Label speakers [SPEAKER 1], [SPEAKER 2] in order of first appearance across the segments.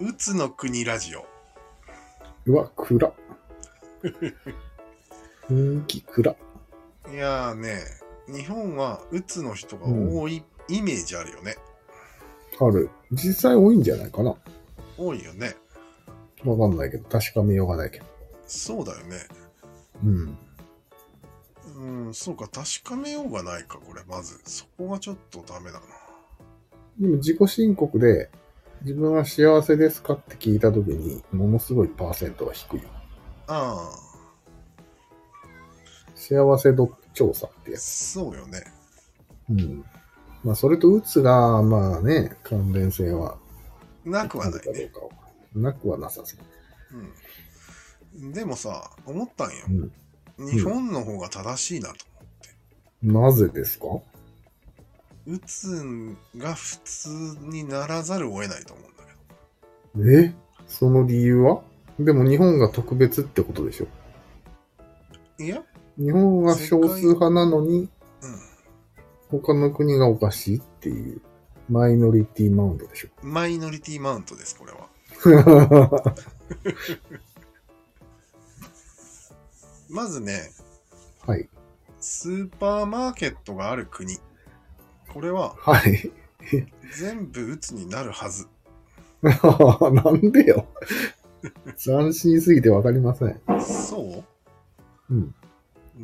[SPEAKER 1] うつの国ラジオ。
[SPEAKER 2] うわ、暗っ。雰囲気暗っ。
[SPEAKER 1] いやーね、日本はうつの人が多いイメージあるよね。
[SPEAKER 2] ある。実際多いんじゃないかな。
[SPEAKER 1] 多いよね。
[SPEAKER 2] わかんないけど、確かめようがないけど。
[SPEAKER 1] そうだよね。
[SPEAKER 2] うん。
[SPEAKER 1] うん、そうか、確かめようがないか、これ、まず。そこがちょっとダメだな。
[SPEAKER 2] でも自己申告で、自分は幸せですかって聞いたときに、ものすごいパーセントが低いよ。
[SPEAKER 1] あ
[SPEAKER 2] 幸せ度調査っ
[SPEAKER 1] あ、
[SPEAKER 2] てやつ。
[SPEAKER 1] そうよね。
[SPEAKER 2] うん。まあ、それとうつが、まあね、関連性は
[SPEAKER 1] なくはな
[SPEAKER 2] か
[SPEAKER 1] い
[SPEAKER 2] どう
[SPEAKER 1] ね。
[SPEAKER 2] かはなくはなさそう。
[SPEAKER 1] うん。でもさ、思ったんよ。
[SPEAKER 2] うん。
[SPEAKER 1] 日本の方が正しいなと思って。
[SPEAKER 2] なぜですか
[SPEAKER 1] うつが普通にならざるを得ないと思うんだけど。
[SPEAKER 2] えその理由はでも日本が特別ってことでしょ。
[SPEAKER 1] いや、
[SPEAKER 2] 日本は少数派なのに、
[SPEAKER 1] う
[SPEAKER 2] 他の国がおかしいっていう、マイノリティマウントでしょ。
[SPEAKER 1] ん。マイノリティマウントです、これは。まずね、
[SPEAKER 2] はい。
[SPEAKER 1] スーパーマーケットがある国。これは
[SPEAKER 2] はい。
[SPEAKER 1] 全部うつになるはず。
[SPEAKER 2] なんでよ。斬新すぎてわかりません。
[SPEAKER 1] そう
[SPEAKER 2] うん。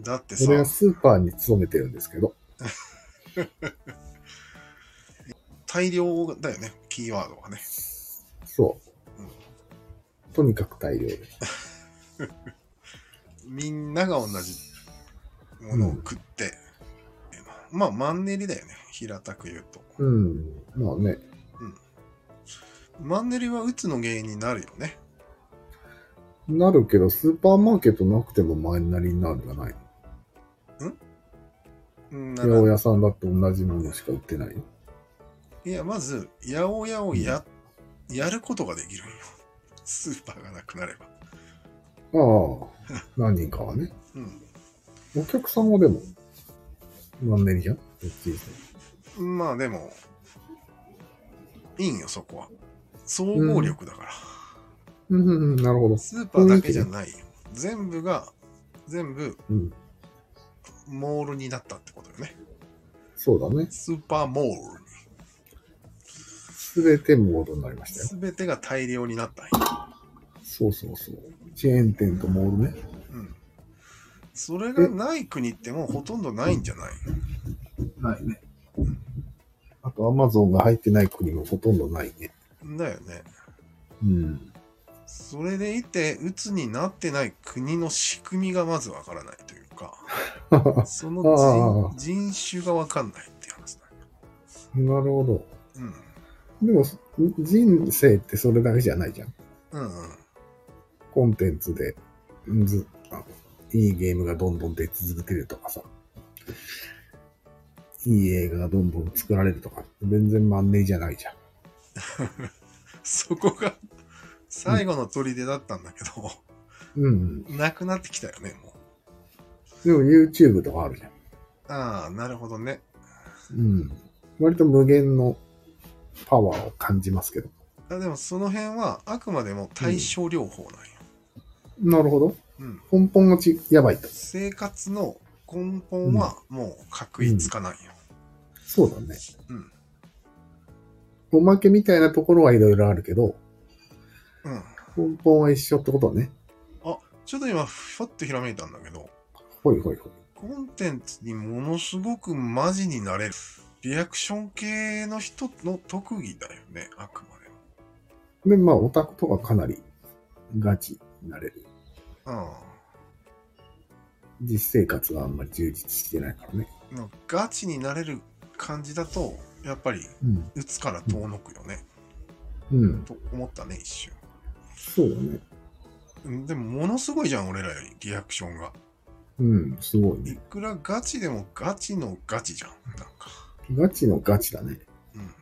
[SPEAKER 1] だってさ、
[SPEAKER 2] 俺はスーパーに勤めてるんですけど。
[SPEAKER 1] 大量だよね、キーワードはね。
[SPEAKER 2] そう。とにかく大量です。
[SPEAKER 1] みんなが同じものを食って、まあマンネリだよね、平たく言うと。
[SPEAKER 2] うん。まあね。
[SPEAKER 1] マンネリはうつの原因になるよね。
[SPEAKER 2] なるけど、スーパーマーケットなくてもマイナリになるんじゃない
[SPEAKER 1] うん
[SPEAKER 2] 八百屋さんだって同じものしか売ってない。
[SPEAKER 1] いや、まず、八百屋をや、やることができるんよ。スーパーがなくなれば。
[SPEAKER 2] あ あ、何人かはね。
[SPEAKER 1] う
[SPEAKER 2] お客さんはでも、マンネリじゃんどっちにしても
[SPEAKER 1] ん。まあでも、いいんよ、そこは。総合力だから。
[SPEAKER 2] うんうんうん、なるほど。
[SPEAKER 1] スーパーだけじゃないよ。全部が、全部
[SPEAKER 2] うん。
[SPEAKER 1] モールになったってことよね。
[SPEAKER 2] そうだね。
[SPEAKER 1] スーパーモールに。
[SPEAKER 2] すべてモードになりましたよ。
[SPEAKER 1] すべてが大量になったんよ。
[SPEAKER 2] そうそうそう。チェーン店とモールね。
[SPEAKER 1] うん。それがない国ってもうほとんどないんじゃない
[SPEAKER 2] ないね。あと、アマゾンが入ってない国もほとんどないね。
[SPEAKER 1] だよね。
[SPEAKER 2] うん。
[SPEAKER 1] それでいて、鬱になってない国の仕組みがまずわからないというか、その
[SPEAKER 2] ああ
[SPEAKER 1] 人人種がわかんないって話だ
[SPEAKER 2] なるほど。
[SPEAKER 1] ね。
[SPEAKER 2] でも、人生ってそれだけじゃないじゃん。
[SPEAKER 1] うん。うんうん。
[SPEAKER 2] コンテンツで、うんずあのいいゲームがどんどん出続けるとかさ、いい映画がどんどん作られるとか、全然マンネリじゃないじゃん。
[SPEAKER 1] そこが最後の砦だったんだけど、
[SPEAKER 2] うん。
[SPEAKER 1] なくなってきたよね、も
[SPEAKER 2] でも YouTube とかあるじゃん。
[SPEAKER 1] う。ああ、なるほどね。
[SPEAKER 2] うん。割と無限のパワーを感じますけど。
[SPEAKER 1] あでもその辺はあくまでも対症療法なんよ。
[SPEAKER 2] なるほど。
[SPEAKER 1] うん。
[SPEAKER 2] 根本がち、やばいと。
[SPEAKER 1] 生活の根本はもう確一化なんよ。
[SPEAKER 2] そうだね。
[SPEAKER 1] うん。
[SPEAKER 2] おまけみたいなところはいろいろあるけど、
[SPEAKER 1] うん。
[SPEAKER 2] 根本は一緒ってことね。
[SPEAKER 1] ちょっと今、ふわっとひらめいたんだけど、
[SPEAKER 2] ほいほいほい。
[SPEAKER 1] コンテンツにものすごくマジになれるリアクション系の人の特技だよね、あくまで
[SPEAKER 2] で、まあ、オタクとかかなりガチになれる。
[SPEAKER 1] も。
[SPEAKER 2] 実生活があんまり充実してないからね。
[SPEAKER 1] うん。のガチになれる感じだと、やっぱり、
[SPEAKER 2] うん。
[SPEAKER 1] 打つから遠のくよね、
[SPEAKER 2] うん。
[SPEAKER 1] と思ったね、一瞬。
[SPEAKER 2] そうだね。
[SPEAKER 1] うんでも、ものすごいじゃん、俺らより、リアクションが。
[SPEAKER 2] うん、すごい
[SPEAKER 1] い
[SPEAKER 2] ね。
[SPEAKER 1] くらガチでもガチのガチじゃん、なんか。
[SPEAKER 2] ガチのガチだね。
[SPEAKER 1] うん。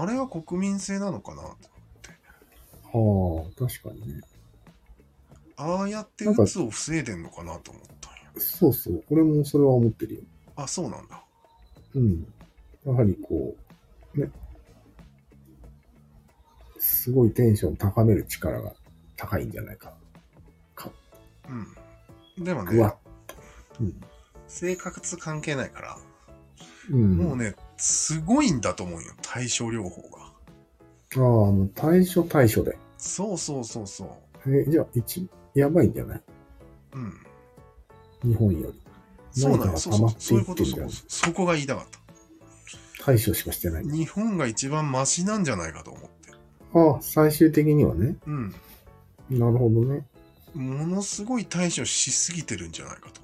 [SPEAKER 1] あれは国民性なのかな
[SPEAKER 2] はあ、確かにね。
[SPEAKER 1] ああやって打つを防いでんのかなと思ったんや。
[SPEAKER 2] そうそう。俺もそれは思ってるよ。
[SPEAKER 1] あ、そうなんだ。
[SPEAKER 2] うん。やはりこう、ね。すごいテンション高める力が高いんじゃないか。
[SPEAKER 1] うん。でも
[SPEAKER 2] ぐわ
[SPEAKER 1] ね
[SPEAKER 2] っ、うん。
[SPEAKER 1] 性格関係ないから、
[SPEAKER 2] うん、
[SPEAKER 1] もうね、すごいんだと思うよ、対症療法が。
[SPEAKER 2] ああ、もう対処対処で。
[SPEAKER 1] そうそうそうそ。
[SPEAKER 2] え、じゃあ、一、やばいんじゃないう
[SPEAKER 1] うん。
[SPEAKER 2] 日本より。
[SPEAKER 1] そうな
[SPEAKER 2] 何
[SPEAKER 1] の
[SPEAKER 2] か
[SPEAKER 1] そう
[SPEAKER 2] が溜
[SPEAKER 1] そ
[SPEAKER 2] ま
[SPEAKER 1] う
[SPEAKER 2] っ
[SPEAKER 1] そういう
[SPEAKER 2] てい
[SPEAKER 1] こ
[SPEAKER 2] って
[SPEAKER 1] と
[SPEAKER 2] るん
[SPEAKER 1] そ
[SPEAKER 2] じゃな
[SPEAKER 1] こ
[SPEAKER 2] い
[SPEAKER 1] そこが言いたかった。
[SPEAKER 2] 対処しかしてない。
[SPEAKER 1] 日本が一番マシなんじゃないかと思って。
[SPEAKER 2] ああ、最終的にはね。
[SPEAKER 1] うん。
[SPEAKER 2] なるほどね。
[SPEAKER 1] ものすごい対処しすぎてるんじゃないかと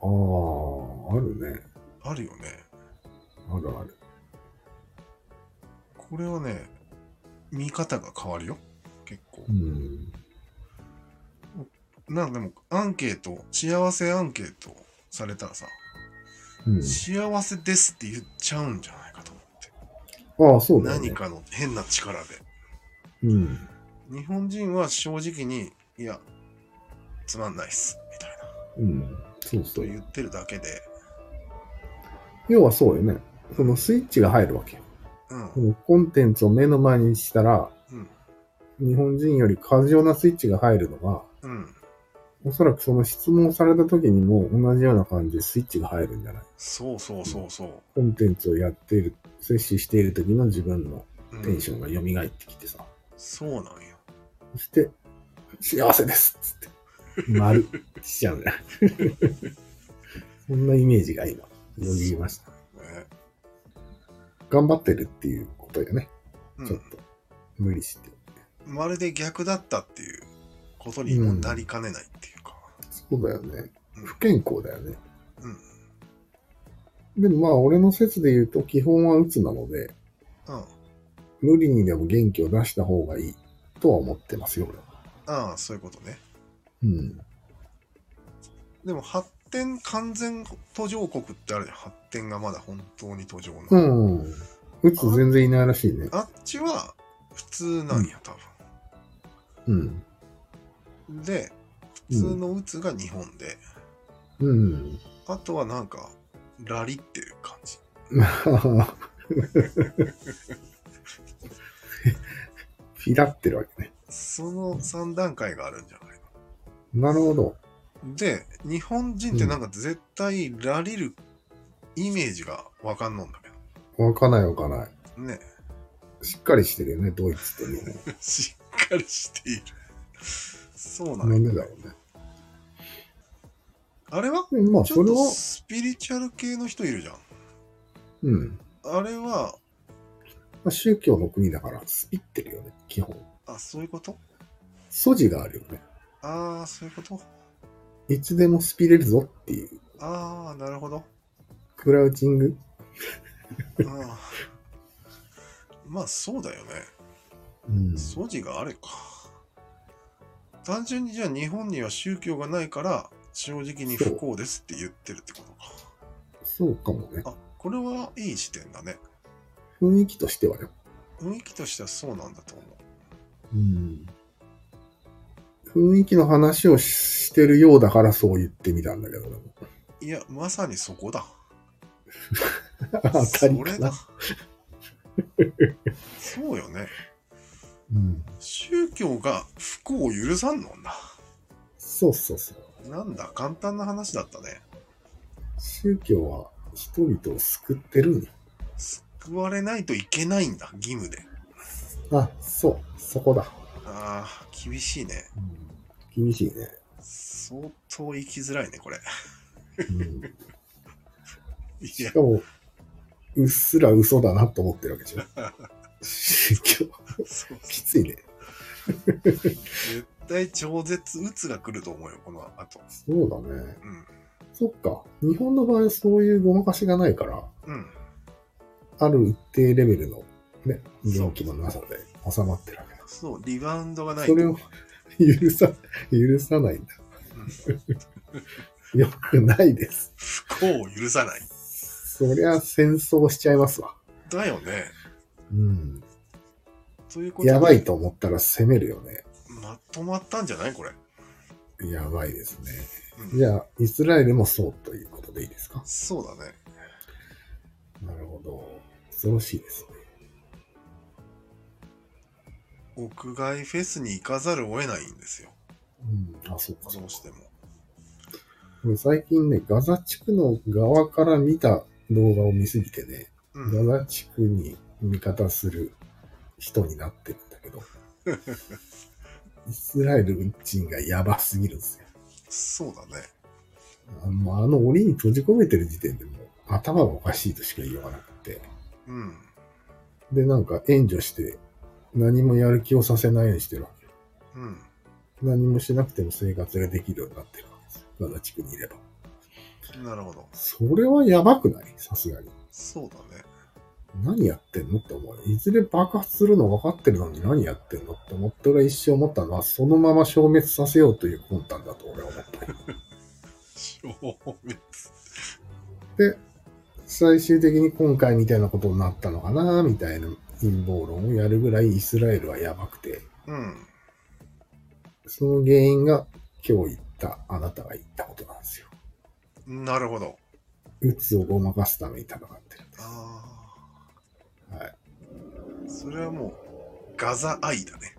[SPEAKER 1] 思って。
[SPEAKER 2] ああ、あるね。
[SPEAKER 1] あるよね。
[SPEAKER 2] あるある。
[SPEAKER 1] これはね、見方が変わるよ。結構
[SPEAKER 2] う。ん。
[SPEAKER 1] なんかでも、アンケート、幸せアンケートされたらさ、
[SPEAKER 2] うん、
[SPEAKER 1] 幸せですって言っちゃうんじゃないかと思って。
[SPEAKER 2] ああ、そうだよね。
[SPEAKER 1] 何かの変な力で。
[SPEAKER 2] うん。
[SPEAKER 1] 日本人は正直に、いや、つまんないっす、みたいな。
[SPEAKER 2] うん。そう
[SPEAKER 1] と
[SPEAKER 2] そう。
[SPEAKER 1] 言ってるだけで、
[SPEAKER 2] 要はそうよね。そのスイッチが入るわけよ。
[SPEAKER 1] うん、
[SPEAKER 2] このコンテンツを目の前にしたら、
[SPEAKER 1] うん、
[SPEAKER 2] 日本人より過剰なスイッチが入るのが、
[SPEAKER 1] うん、
[SPEAKER 2] おそらくその質問された時にも同じような感じでスイッチが入るんじゃない
[SPEAKER 1] そうそうそうそ
[SPEAKER 2] コンテンツをやっている、摂取している時の自分の
[SPEAKER 1] う。うん
[SPEAKER 2] テンションが蘇ってきてさ。
[SPEAKER 1] そうなんよ。
[SPEAKER 2] そして、幸せですっつって、丸しちゃうんだ。そんなイメージが今、よぎりました。
[SPEAKER 1] ね
[SPEAKER 2] 頑張ってるっていうことよね。
[SPEAKER 1] う
[SPEAKER 2] ちょっ
[SPEAKER 1] ん、
[SPEAKER 2] と、無理して。
[SPEAKER 1] まるで逆だったっていうことにもなりかねないっていうか。
[SPEAKER 2] そうだよね
[SPEAKER 1] うん。
[SPEAKER 2] 不健康だよね。
[SPEAKER 1] うん、
[SPEAKER 2] でもまあ、俺の説で言うと、基本は鬱なので、
[SPEAKER 1] うん、
[SPEAKER 2] 無理にでも元気を出した方がいいとは思ってますよ、俺は。
[SPEAKER 1] ああ、そういうことね。
[SPEAKER 2] うん。
[SPEAKER 1] でも発展完全途上国ってあるじゃん。発展がまだ本当に途上の。
[SPEAKER 2] うん。鬱全然いないらしいね。
[SPEAKER 1] あっちは普通なんや、多
[SPEAKER 2] うん。
[SPEAKER 1] 分。で、
[SPEAKER 2] う
[SPEAKER 1] 普通
[SPEAKER 2] ん。
[SPEAKER 1] のうつが日本で、
[SPEAKER 2] うん。
[SPEAKER 1] あとはなんか、ラリってる感じ。
[SPEAKER 2] ピラってるわけね。
[SPEAKER 1] その3段階があるんじゃない
[SPEAKER 2] なるほど。
[SPEAKER 1] で日本人ってなんか絶対ラリるイメージがわかんのんだけ
[SPEAKER 2] わかないわかない。
[SPEAKER 1] どね
[SPEAKER 2] しっかりしてるよね、ドイツってね。
[SPEAKER 1] しっかりしているそうな
[SPEAKER 2] なんん
[SPEAKER 1] よ
[SPEAKER 2] でだろうね。
[SPEAKER 1] あれは
[SPEAKER 2] でもまあ、
[SPEAKER 1] ちょ
[SPEAKER 2] そ
[SPEAKER 1] っ
[SPEAKER 2] れ
[SPEAKER 1] と
[SPEAKER 2] は、
[SPEAKER 1] スピリチュアル系の人いるじゃん
[SPEAKER 2] うん。
[SPEAKER 1] あれは
[SPEAKER 2] まあ、宗教の国だから、スピってるよね、基本。
[SPEAKER 1] あそういうこと
[SPEAKER 2] 素地があるよね。
[SPEAKER 1] ああそういうこと
[SPEAKER 2] いつでもスピれるぞっていう。
[SPEAKER 1] ああなるほど
[SPEAKER 2] クラウチング。
[SPEAKER 1] あーまあそうだよね
[SPEAKER 2] うん。
[SPEAKER 1] 素地があれか単純にじゃあ日本には宗教がないから正直に不幸ですって言ってるってことか
[SPEAKER 2] そうかもね。
[SPEAKER 1] あこれはいい視点だね
[SPEAKER 2] 雰囲気としてはよ。
[SPEAKER 1] 雰囲気としてはそうなんだと思
[SPEAKER 2] うん。雰囲気の話をししてるようだからそう言ってみたんだけど、俺も
[SPEAKER 1] ういやまさにそこだ
[SPEAKER 2] 当たり
[SPEAKER 1] それだ
[SPEAKER 2] かな。
[SPEAKER 1] そうよね
[SPEAKER 2] うん。
[SPEAKER 1] 宗教が不幸を許さんのんだ
[SPEAKER 2] そうそうそう。
[SPEAKER 1] なんだ簡単な話だったね
[SPEAKER 2] 宗教は人々を救ってるんよ
[SPEAKER 1] 救われないといけないんだ義務で
[SPEAKER 2] あ、そう、そこだ。
[SPEAKER 1] あー厳しいね
[SPEAKER 2] 厳しいね。
[SPEAKER 1] 相当生きづらいねこれ
[SPEAKER 2] うん、
[SPEAKER 1] い
[SPEAKER 2] し
[SPEAKER 1] や
[SPEAKER 2] かも、うっすら嘘だなと思ってるわけでしょ。宗教、
[SPEAKER 1] そう
[SPEAKER 2] きついね。
[SPEAKER 1] 絶対超絶鬱が来ると思うよこの後
[SPEAKER 2] そうだね。
[SPEAKER 1] うん
[SPEAKER 2] そっか。日本の場合、そういうごまかしがないから、
[SPEAKER 1] うん
[SPEAKER 2] ある一定レベルの、ね、病気のなさで収まってるわけだ。
[SPEAKER 1] そうリバウンドがない
[SPEAKER 2] それを許さ、 許さないんだ。よくないです。
[SPEAKER 1] 不幸を許さない
[SPEAKER 2] そりゃ戦争しちゃいますわ。
[SPEAKER 1] だよね
[SPEAKER 2] うん。
[SPEAKER 1] ということで
[SPEAKER 2] やばいと思ったら攻めるよね。
[SPEAKER 1] まとまったんじゃないこれ、
[SPEAKER 2] やばいですね。
[SPEAKER 1] うん
[SPEAKER 2] じゃあ、イスラエルもそうということでいいですか
[SPEAKER 1] そうだね
[SPEAKER 2] なるほど。恐ろしいですね。
[SPEAKER 1] 国外フェスに行かざるを得ないんですよ。
[SPEAKER 2] うん、あ、そうか、そう
[SPEAKER 1] どうしても。
[SPEAKER 2] か。最近ね、ガザ地区の側から見た動画を見すぎてね、
[SPEAKER 1] うん。
[SPEAKER 2] ガザ地区に味方する人になってるんだけど、イスラエル人がやばすぎるんですよ。
[SPEAKER 1] そうだね。
[SPEAKER 2] あもうあの檻に閉じ込めてる時点でもう頭がおかしいとしか言いようがなくて。
[SPEAKER 1] うん。
[SPEAKER 2] で、なんか援助して、何もやる気をさせないようにしてるわけ。
[SPEAKER 1] うん。
[SPEAKER 2] 何もしなくても生活ができるようになってるわけです。ガザ地区にいれば。
[SPEAKER 1] なるほど。
[SPEAKER 2] それはやばくないさすがに。
[SPEAKER 1] そうだね。
[SPEAKER 2] 何やってんのって思う。いずれ爆発するの分かってるのに何やってんのって思って俺は一生思ったのは、そのまま消滅させようという魂胆だと俺は思った。
[SPEAKER 1] 消滅。
[SPEAKER 2] 最終的に今回みたいなことになったのかなみたいな陰謀論をやるぐらいイスラエルはやばくて、
[SPEAKER 1] うん。
[SPEAKER 2] その原因が今日言った、あなたが言ったことなんですよ。
[SPEAKER 1] なるほど。
[SPEAKER 2] うつをごまかすために戦ってるんです。
[SPEAKER 1] あ
[SPEAKER 2] はい。
[SPEAKER 1] あ。それはもう、ガザ愛だね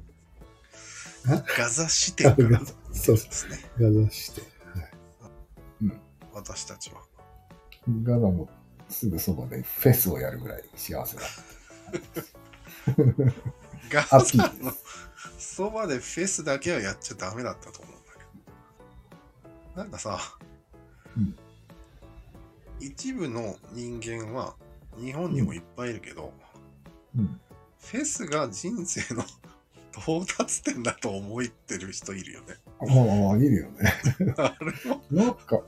[SPEAKER 2] あ。
[SPEAKER 1] ガザ視点からで
[SPEAKER 2] そうそ
[SPEAKER 1] すね。
[SPEAKER 2] う。ガザして。
[SPEAKER 1] 私たちは。
[SPEAKER 2] ガザもすぐそばでフェスをやるぐらい幸せだ。
[SPEAKER 1] ガ
[SPEAKER 2] ハッピ
[SPEAKER 1] ザ
[SPEAKER 2] ー
[SPEAKER 1] のそばでフェスだけはやっちゃダメだったと思うんだけど。なんかさ、
[SPEAKER 2] うん
[SPEAKER 1] 一部の人間は日本にもいっぱいいるけど、
[SPEAKER 2] うん。
[SPEAKER 1] フェスが人生の到達点だと思ってる人いるよね。
[SPEAKER 2] ああ、いるよね。
[SPEAKER 1] あれも
[SPEAKER 2] なんか、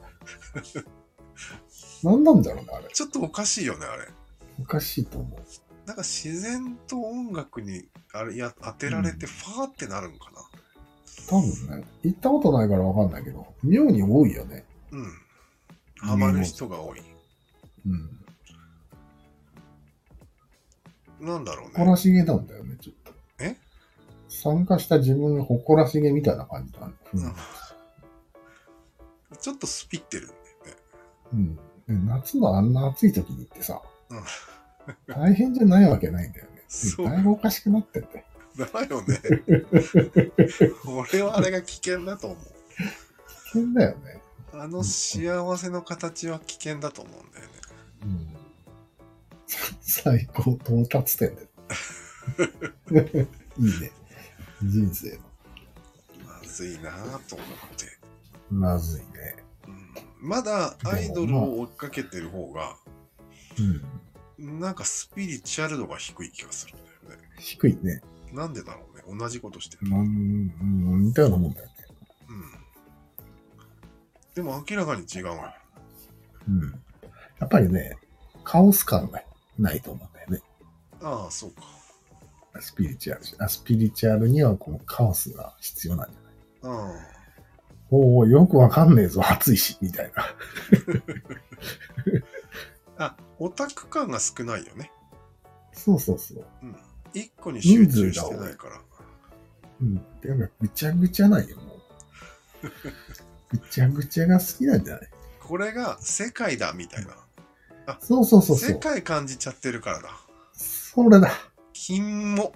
[SPEAKER 2] なんなんだろうね、あれ。
[SPEAKER 1] ちょっとおかしいよね、あれ。
[SPEAKER 2] おかしいと思う。
[SPEAKER 1] なんか自然と音楽にあれや当てられてファーってなるんかな。
[SPEAKER 2] 多分ね、行ったことないからわかんないけど、妙に多いよね。
[SPEAKER 1] うん。ハマる人が多い。
[SPEAKER 2] うん。
[SPEAKER 1] なんだろう
[SPEAKER 2] 誇ら
[SPEAKER 1] ね。
[SPEAKER 2] しげなんだよね、ちょっと。
[SPEAKER 1] え
[SPEAKER 2] 参加した自分が誇らしげみたいな感じだね。
[SPEAKER 1] ちょっとスピってるんだよね。
[SPEAKER 2] うん。うん、夏のあんな暑い時に行ってさ、
[SPEAKER 1] うん
[SPEAKER 2] 大変じゃないわけないんだよね。
[SPEAKER 1] そう
[SPEAKER 2] だいぶおかしくなってんだよ。
[SPEAKER 1] だよね。俺はあれが危険だと思う。
[SPEAKER 2] 危険だよね。
[SPEAKER 1] あの幸せの形は危険だと思うんだよね。
[SPEAKER 2] うん。最高到達点だよ。 いいね。人生の。
[SPEAKER 1] まずいなぁと思って。
[SPEAKER 2] まずいね。
[SPEAKER 1] うんまだアイドルを追っかけてる方が、
[SPEAKER 2] うん。
[SPEAKER 1] なんかスピリチュアル度が低い気がするんだよね。
[SPEAKER 2] 低いね。
[SPEAKER 1] なんでだろうね。同じことしてる。
[SPEAKER 2] なん、うん、みたいなもんだよね。
[SPEAKER 1] うん。でも明らかに違うわよ
[SPEAKER 2] うん。やっぱりね、カオス感がないと思うんだよね。
[SPEAKER 1] ああ、そうか。
[SPEAKER 2] スピリチュアルしあスピリチュアルにはこのカオスが必要なんじゃない
[SPEAKER 1] あ
[SPEAKER 2] おお、よくわかんねえぞ、暑いし、みたいな。
[SPEAKER 1] あ。あ、オタク感が少ないよね。
[SPEAKER 2] そうそうそう。
[SPEAKER 1] うん。一個に集中してないから。
[SPEAKER 2] うん。でも、ぐちゃぐちゃなんよ、もう。ぐちゃぐちゃが好きなんじゃない
[SPEAKER 1] これが世界だみたいな。
[SPEAKER 2] そうそうそうそ
[SPEAKER 1] 世
[SPEAKER 2] う。
[SPEAKER 1] 界感じちゃってるからだ。
[SPEAKER 2] それだ。
[SPEAKER 1] 金も。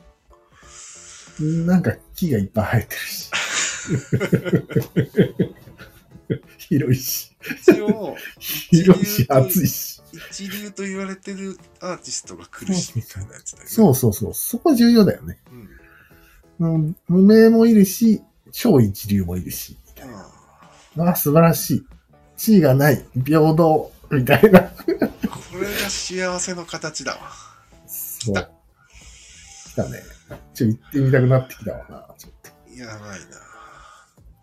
[SPEAKER 2] なんか木がいっぱい生えてるし。広いし、
[SPEAKER 1] 一応、
[SPEAKER 2] 広いし、暑いし。
[SPEAKER 1] 一流と言われてるアーティストが来るしみたいなやつだよね。。
[SPEAKER 2] そううそうそう。そこ重要だよね。
[SPEAKER 1] うん。
[SPEAKER 2] うん、無名もいるし、超一流もいるし、みたいな。
[SPEAKER 1] あ
[SPEAKER 2] まあ、素晴らしい。地位がない、平等、みたいな。
[SPEAKER 1] あこれが幸せの形だわ。
[SPEAKER 2] そう。来たね。ちょ、行ってみたくなってきたわな。ちょっ
[SPEAKER 1] やばいな。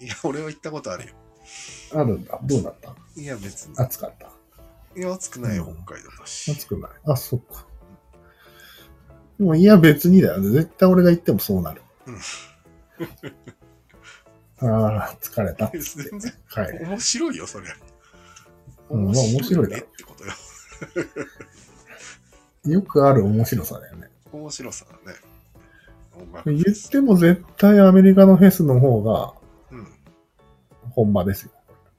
[SPEAKER 1] いや、俺は行ったことあるよ。
[SPEAKER 2] とあるんだ。どうだった
[SPEAKER 1] いや、別に。
[SPEAKER 2] 暑かった。
[SPEAKER 1] いや、暑くないよ、北海道だし。
[SPEAKER 2] 暑くない。あ、そっか。でもいや、別にだよね。絶対俺が行ってもそうなる。 ああ、疲れた。
[SPEAKER 1] 全然
[SPEAKER 2] はい。
[SPEAKER 1] 面白いよ、それ。
[SPEAKER 2] うんまあ面白いだ
[SPEAKER 1] ねっ
[SPEAKER 2] ろ
[SPEAKER 1] てことよ。
[SPEAKER 2] よくある面白さだよね。
[SPEAKER 1] 面白さだね。音楽
[SPEAKER 2] 言っても絶対アメリカのフェスの方が
[SPEAKER 1] うん。
[SPEAKER 2] 本場ですよ。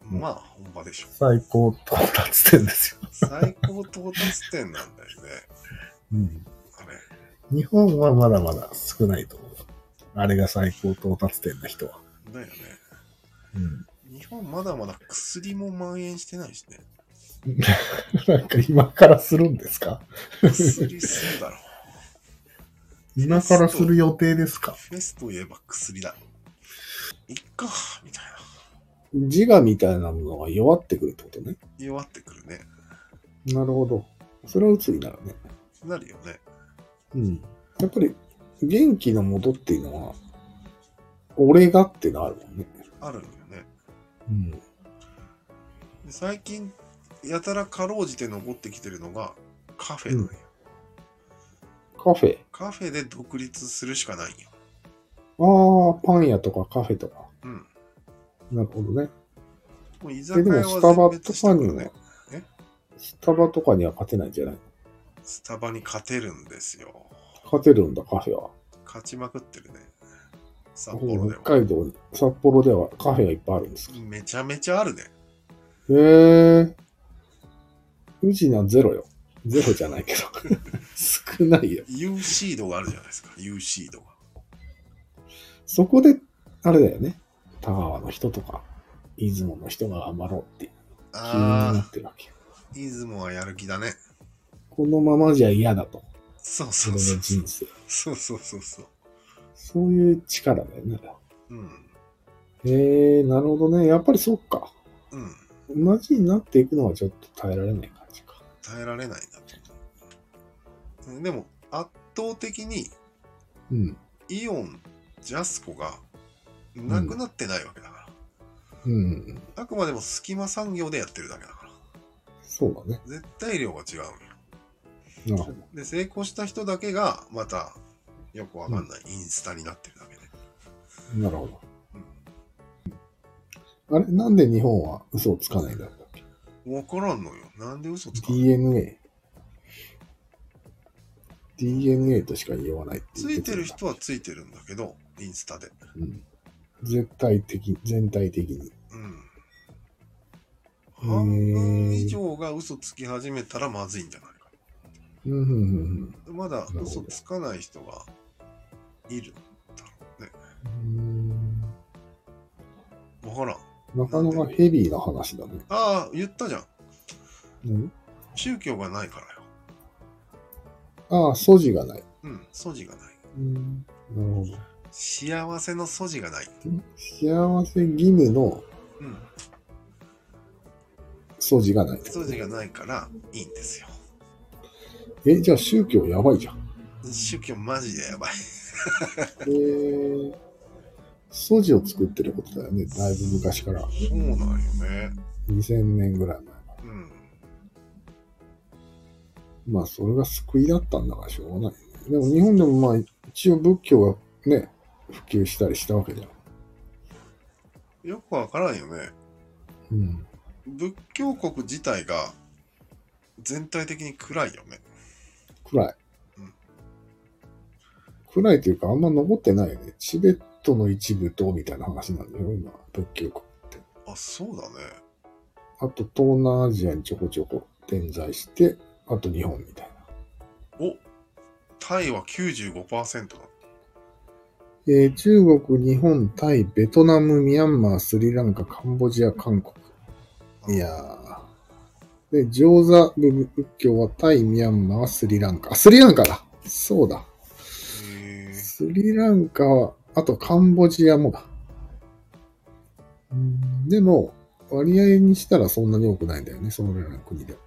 [SPEAKER 1] まあ、本場でしょ。
[SPEAKER 2] 最高到達点ですよ。
[SPEAKER 1] 最高到達点なんだよね。
[SPEAKER 2] うん、
[SPEAKER 1] あれ。
[SPEAKER 2] 日本はまだまだ少ないと思う。あれが最高到達点な人は。
[SPEAKER 1] だよね。
[SPEAKER 2] うん。
[SPEAKER 1] 日本まだまだ薬も蔓延してないしね。
[SPEAKER 2] なんか今からするんですか
[SPEAKER 1] 薬するだろう。
[SPEAKER 2] 今からする予定ですか
[SPEAKER 1] フェスといえば薬だ。いっか、みたいな。
[SPEAKER 2] 自我みたいなものが弱ってくるってことね。
[SPEAKER 1] 弱ってくるね。
[SPEAKER 2] なるほど。それは鬱になるね。
[SPEAKER 1] なるよね。
[SPEAKER 2] うん。やっぱり元気の元っていうのは、俺がってのあるもんね。
[SPEAKER 1] あるんよね。
[SPEAKER 2] うん。
[SPEAKER 1] で最近、やたらかろうじて残ってきてるのが、カフェなんよ。
[SPEAKER 2] カフェ。
[SPEAKER 1] カフェで独立するしかないんよ。
[SPEAKER 2] ああ、パン屋とかカフェとか。
[SPEAKER 1] うん。
[SPEAKER 2] なるほどね。
[SPEAKER 1] もう居
[SPEAKER 2] え
[SPEAKER 1] 酒
[SPEAKER 2] で
[SPEAKER 1] 屋は
[SPEAKER 2] もスタ
[SPEAKER 1] 全
[SPEAKER 2] バ
[SPEAKER 1] 滅
[SPEAKER 2] と
[SPEAKER 1] した
[SPEAKER 2] か
[SPEAKER 1] か
[SPEAKER 2] に
[SPEAKER 1] ら
[SPEAKER 2] は
[SPEAKER 1] ね。え、
[SPEAKER 2] スタバとかには勝てないんじゃない
[SPEAKER 1] スタバに勝てるんですよ。
[SPEAKER 2] 勝てるんだ、カフェは。
[SPEAKER 1] 勝ちまくってるね。札
[SPEAKER 2] 北
[SPEAKER 1] 幌では。
[SPEAKER 2] 海道に、札幌ではカフェがいっぱいあるんですか
[SPEAKER 1] めちゃめちゃあるね。
[SPEAKER 2] へえ。宇品ゼロよ。ゼロじゃないけど。 少ないよ。
[SPEAKER 1] U シードがあるじゃないですか。U シードが。
[SPEAKER 2] そこで、あれだよね。田川の人とか、出雲の人が頑張ろうって気にな
[SPEAKER 1] あ
[SPEAKER 2] ってるわけよ。
[SPEAKER 1] あ、出雲はやる気だね。
[SPEAKER 2] このままじゃ嫌だと。
[SPEAKER 1] そうそ
[SPEAKER 2] それ
[SPEAKER 1] う
[SPEAKER 2] の
[SPEAKER 1] そう。
[SPEAKER 2] 人生。
[SPEAKER 1] そうそうそうそう。
[SPEAKER 2] そういう力だよね。
[SPEAKER 1] うん。
[SPEAKER 2] へえ、なるほどね。やっぱりそっか。
[SPEAKER 1] うん。
[SPEAKER 2] 同じになっていくのはちょっと耐えられない感じか。
[SPEAKER 1] 耐えられないなと思う。でも、圧倒的に
[SPEAKER 2] うん。
[SPEAKER 1] イオン、ジャスコがなくなってないわけだから。
[SPEAKER 2] うん。
[SPEAKER 1] あくまでも隙間産業でやってるだけだから。
[SPEAKER 2] そうだね。
[SPEAKER 1] 絶対量が違うんよ。
[SPEAKER 2] なるほど。
[SPEAKER 1] で、成功した人だけが、また、よくわかんないインスタになってるだけで。
[SPEAKER 2] なるほど。あれなんで日本は嘘をつかないんだったっけ
[SPEAKER 1] わからんのよ。なんで嘘つかんの
[SPEAKER 2] ?DNA。DNA としか言わないって
[SPEAKER 1] つ
[SPEAKER 2] 言
[SPEAKER 1] い
[SPEAKER 2] ってて
[SPEAKER 1] る
[SPEAKER 2] た
[SPEAKER 1] 人はついてるんだけど、インスタで。
[SPEAKER 2] うん。絶対的、全体的に。
[SPEAKER 1] うん。
[SPEAKER 2] へー
[SPEAKER 1] 半分以上が嘘つき始めたらまずいんじゃないか。
[SPEAKER 2] うんうんうん
[SPEAKER 1] まだ
[SPEAKER 2] なるほど
[SPEAKER 1] 嘘つかない人がいるんだろうね。
[SPEAKER 2] うん。
[SPEAKER 1] わからん。
[SPEAKER 2] うーんなかなかヘビーな話だね。
[SPEAKER 1] ああ、言ったじゃん。
[SPEAKER 2] うん、
[SPEAKER 1] 宗教がないからよ。
[SPEAKER 2] ああ、素地がない。
[SPEAKER 1] うん、素地がない。
[SPEAKER 2] うん、なるほど。
[SPEAKER 1] 幸せの素地がない。
[SPEAKER 2] 幸せ義務の
[SPEAKER 1] うん、
[SPEAKER 2] 素地がない。
[SPEAKER 1] 素地がないからいいんですよ。
[SPEAKER 2] え、じゃあ宗教やば いじゃん。
[SPEAKER 1] 宗教マジでやばい。
[SPEAKER 2] えー、素地を作ってることだよね。だいぶ昔から。
[SPEAKER 1] そうなんよね。
[SPEAKER 2] 2000年ぐらい前まで。
[SPEAKER 1] うん。
[SPEAKER 2] まあ、それが救いだったんだからしょうがないよね。でも日本でもまあ、一応仏教がね、普及したりしたわけじゃん。
[SPEAKER 1] よくわからんよね。
[SPEAKER 2] うん。
[SPEAKER 1] 仏教国自体が全体的に暗いよね。
[SPEAKER 2] 暗い
[SPEAKER 1] うん。
[SPEAKER 2] 暗いというか、あんま残ってないよね。チベットの一部と、みたいな話なんだよ、今、仏教国って。
[SPEAKER 1] あ、そうだね。
[SPEAKER 2] あと、東南アジアにちょこちょこ点在して、あと日本みたいな。
[SPEAKER 1] おタイは95%だ。
[SPEAKER 2] えー中国、日本、タイ、ベトナム、ミャンマー、スリランカ、カンボジア、韓国。いやー。で、上座部仏教はタイ、ミャンマー、スリランカ。あスリランカだそうだ。
[SPEAKER 1] へー
[SPEAKER 2] スリランカは、あとカンボジアもだ。うんでも、割合にしたらそんなに多くないんだよね、そのらの国では。